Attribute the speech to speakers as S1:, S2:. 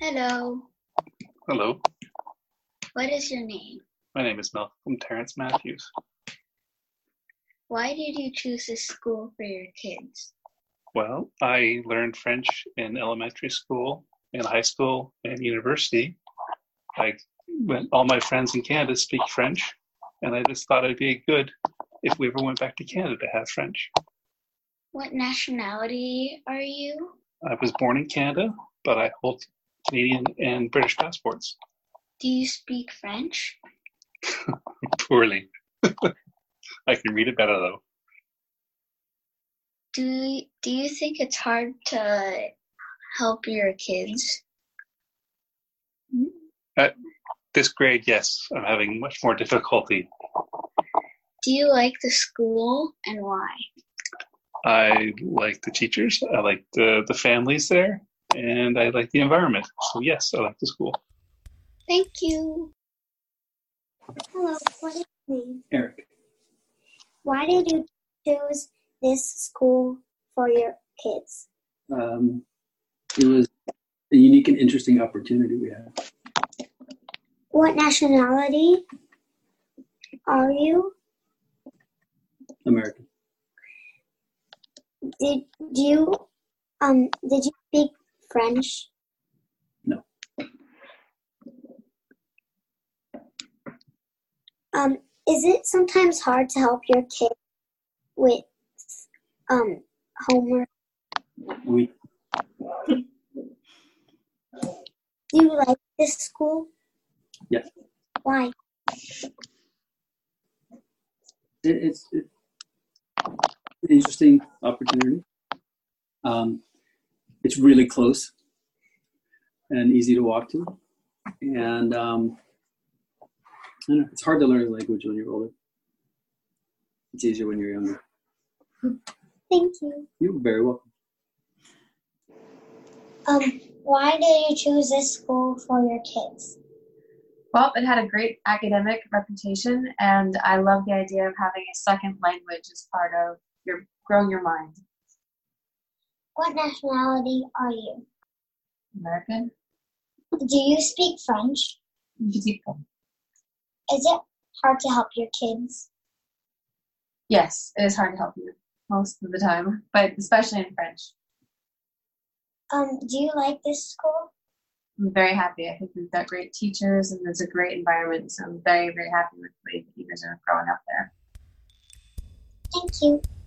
S1: Hello,
S2: Hello,
S1: what is your name?
S2: my name is Malcolm Terrence Matthews.
S1: Why did you choose this school for your kids?
S2: Well, I learned French in elementary school, in high school, and university. I went, all my friends in Canada speak French, and I just thought it'd be good if we ever went back to Canada to have French.
S1: What nationality are you?
S2: I was born in Canada, but I hold Canadian and British passports
S1: Do you speak French?
S2: poorly. I can read it better though.
S1: Do you, do you think it's hard to help your kids? Hmm?
S2: This grade, yes, I'm having much more difficulty.
S1: Do you like the school and why?
S2: I like the teachers, I like the, the families there, and I like the environment. So, yes, I like the school.
S1: Thank you. Hello, what is your name?
S2: Eric.
S1: Why did you choose this school for your kids?
S3: um, it was a unique and interesting opportunity we had.
S1: What nationality are you?
S3: American.
S1: Did you um did you speak French?
S3: No.
S1: Um, is it sometimes hard to help your kid with um homework?
S3: We
S1: Do you like this school?
S3: Yes.
S1: Why?
S3: it, it's it, an interesting opportunity. Um, it's really close and easy to walk to, and um, I don't know, it's hard to learn a language when you're older. It's easier when you're younger.
S1: Thank you.
S3: You're very welcome.
S1: Um, why did you choose this school for your kids?
S4: Well, it had a great academic reputation, and I love the idea of having a second language as part of your growing your mind.
S1: What nationality are you?
S4: American?
S1: Do you speak French? Is it hard to help your kids?
S4: Yes, it is hard to help you most of the time, but especially in French.
S1: Um, do you like this school?
S4: I'm very happy. I think we've got great teachers and there's a great environment, so I'm very, very happy with the way that you guys are growing up there.
S1: Thank you.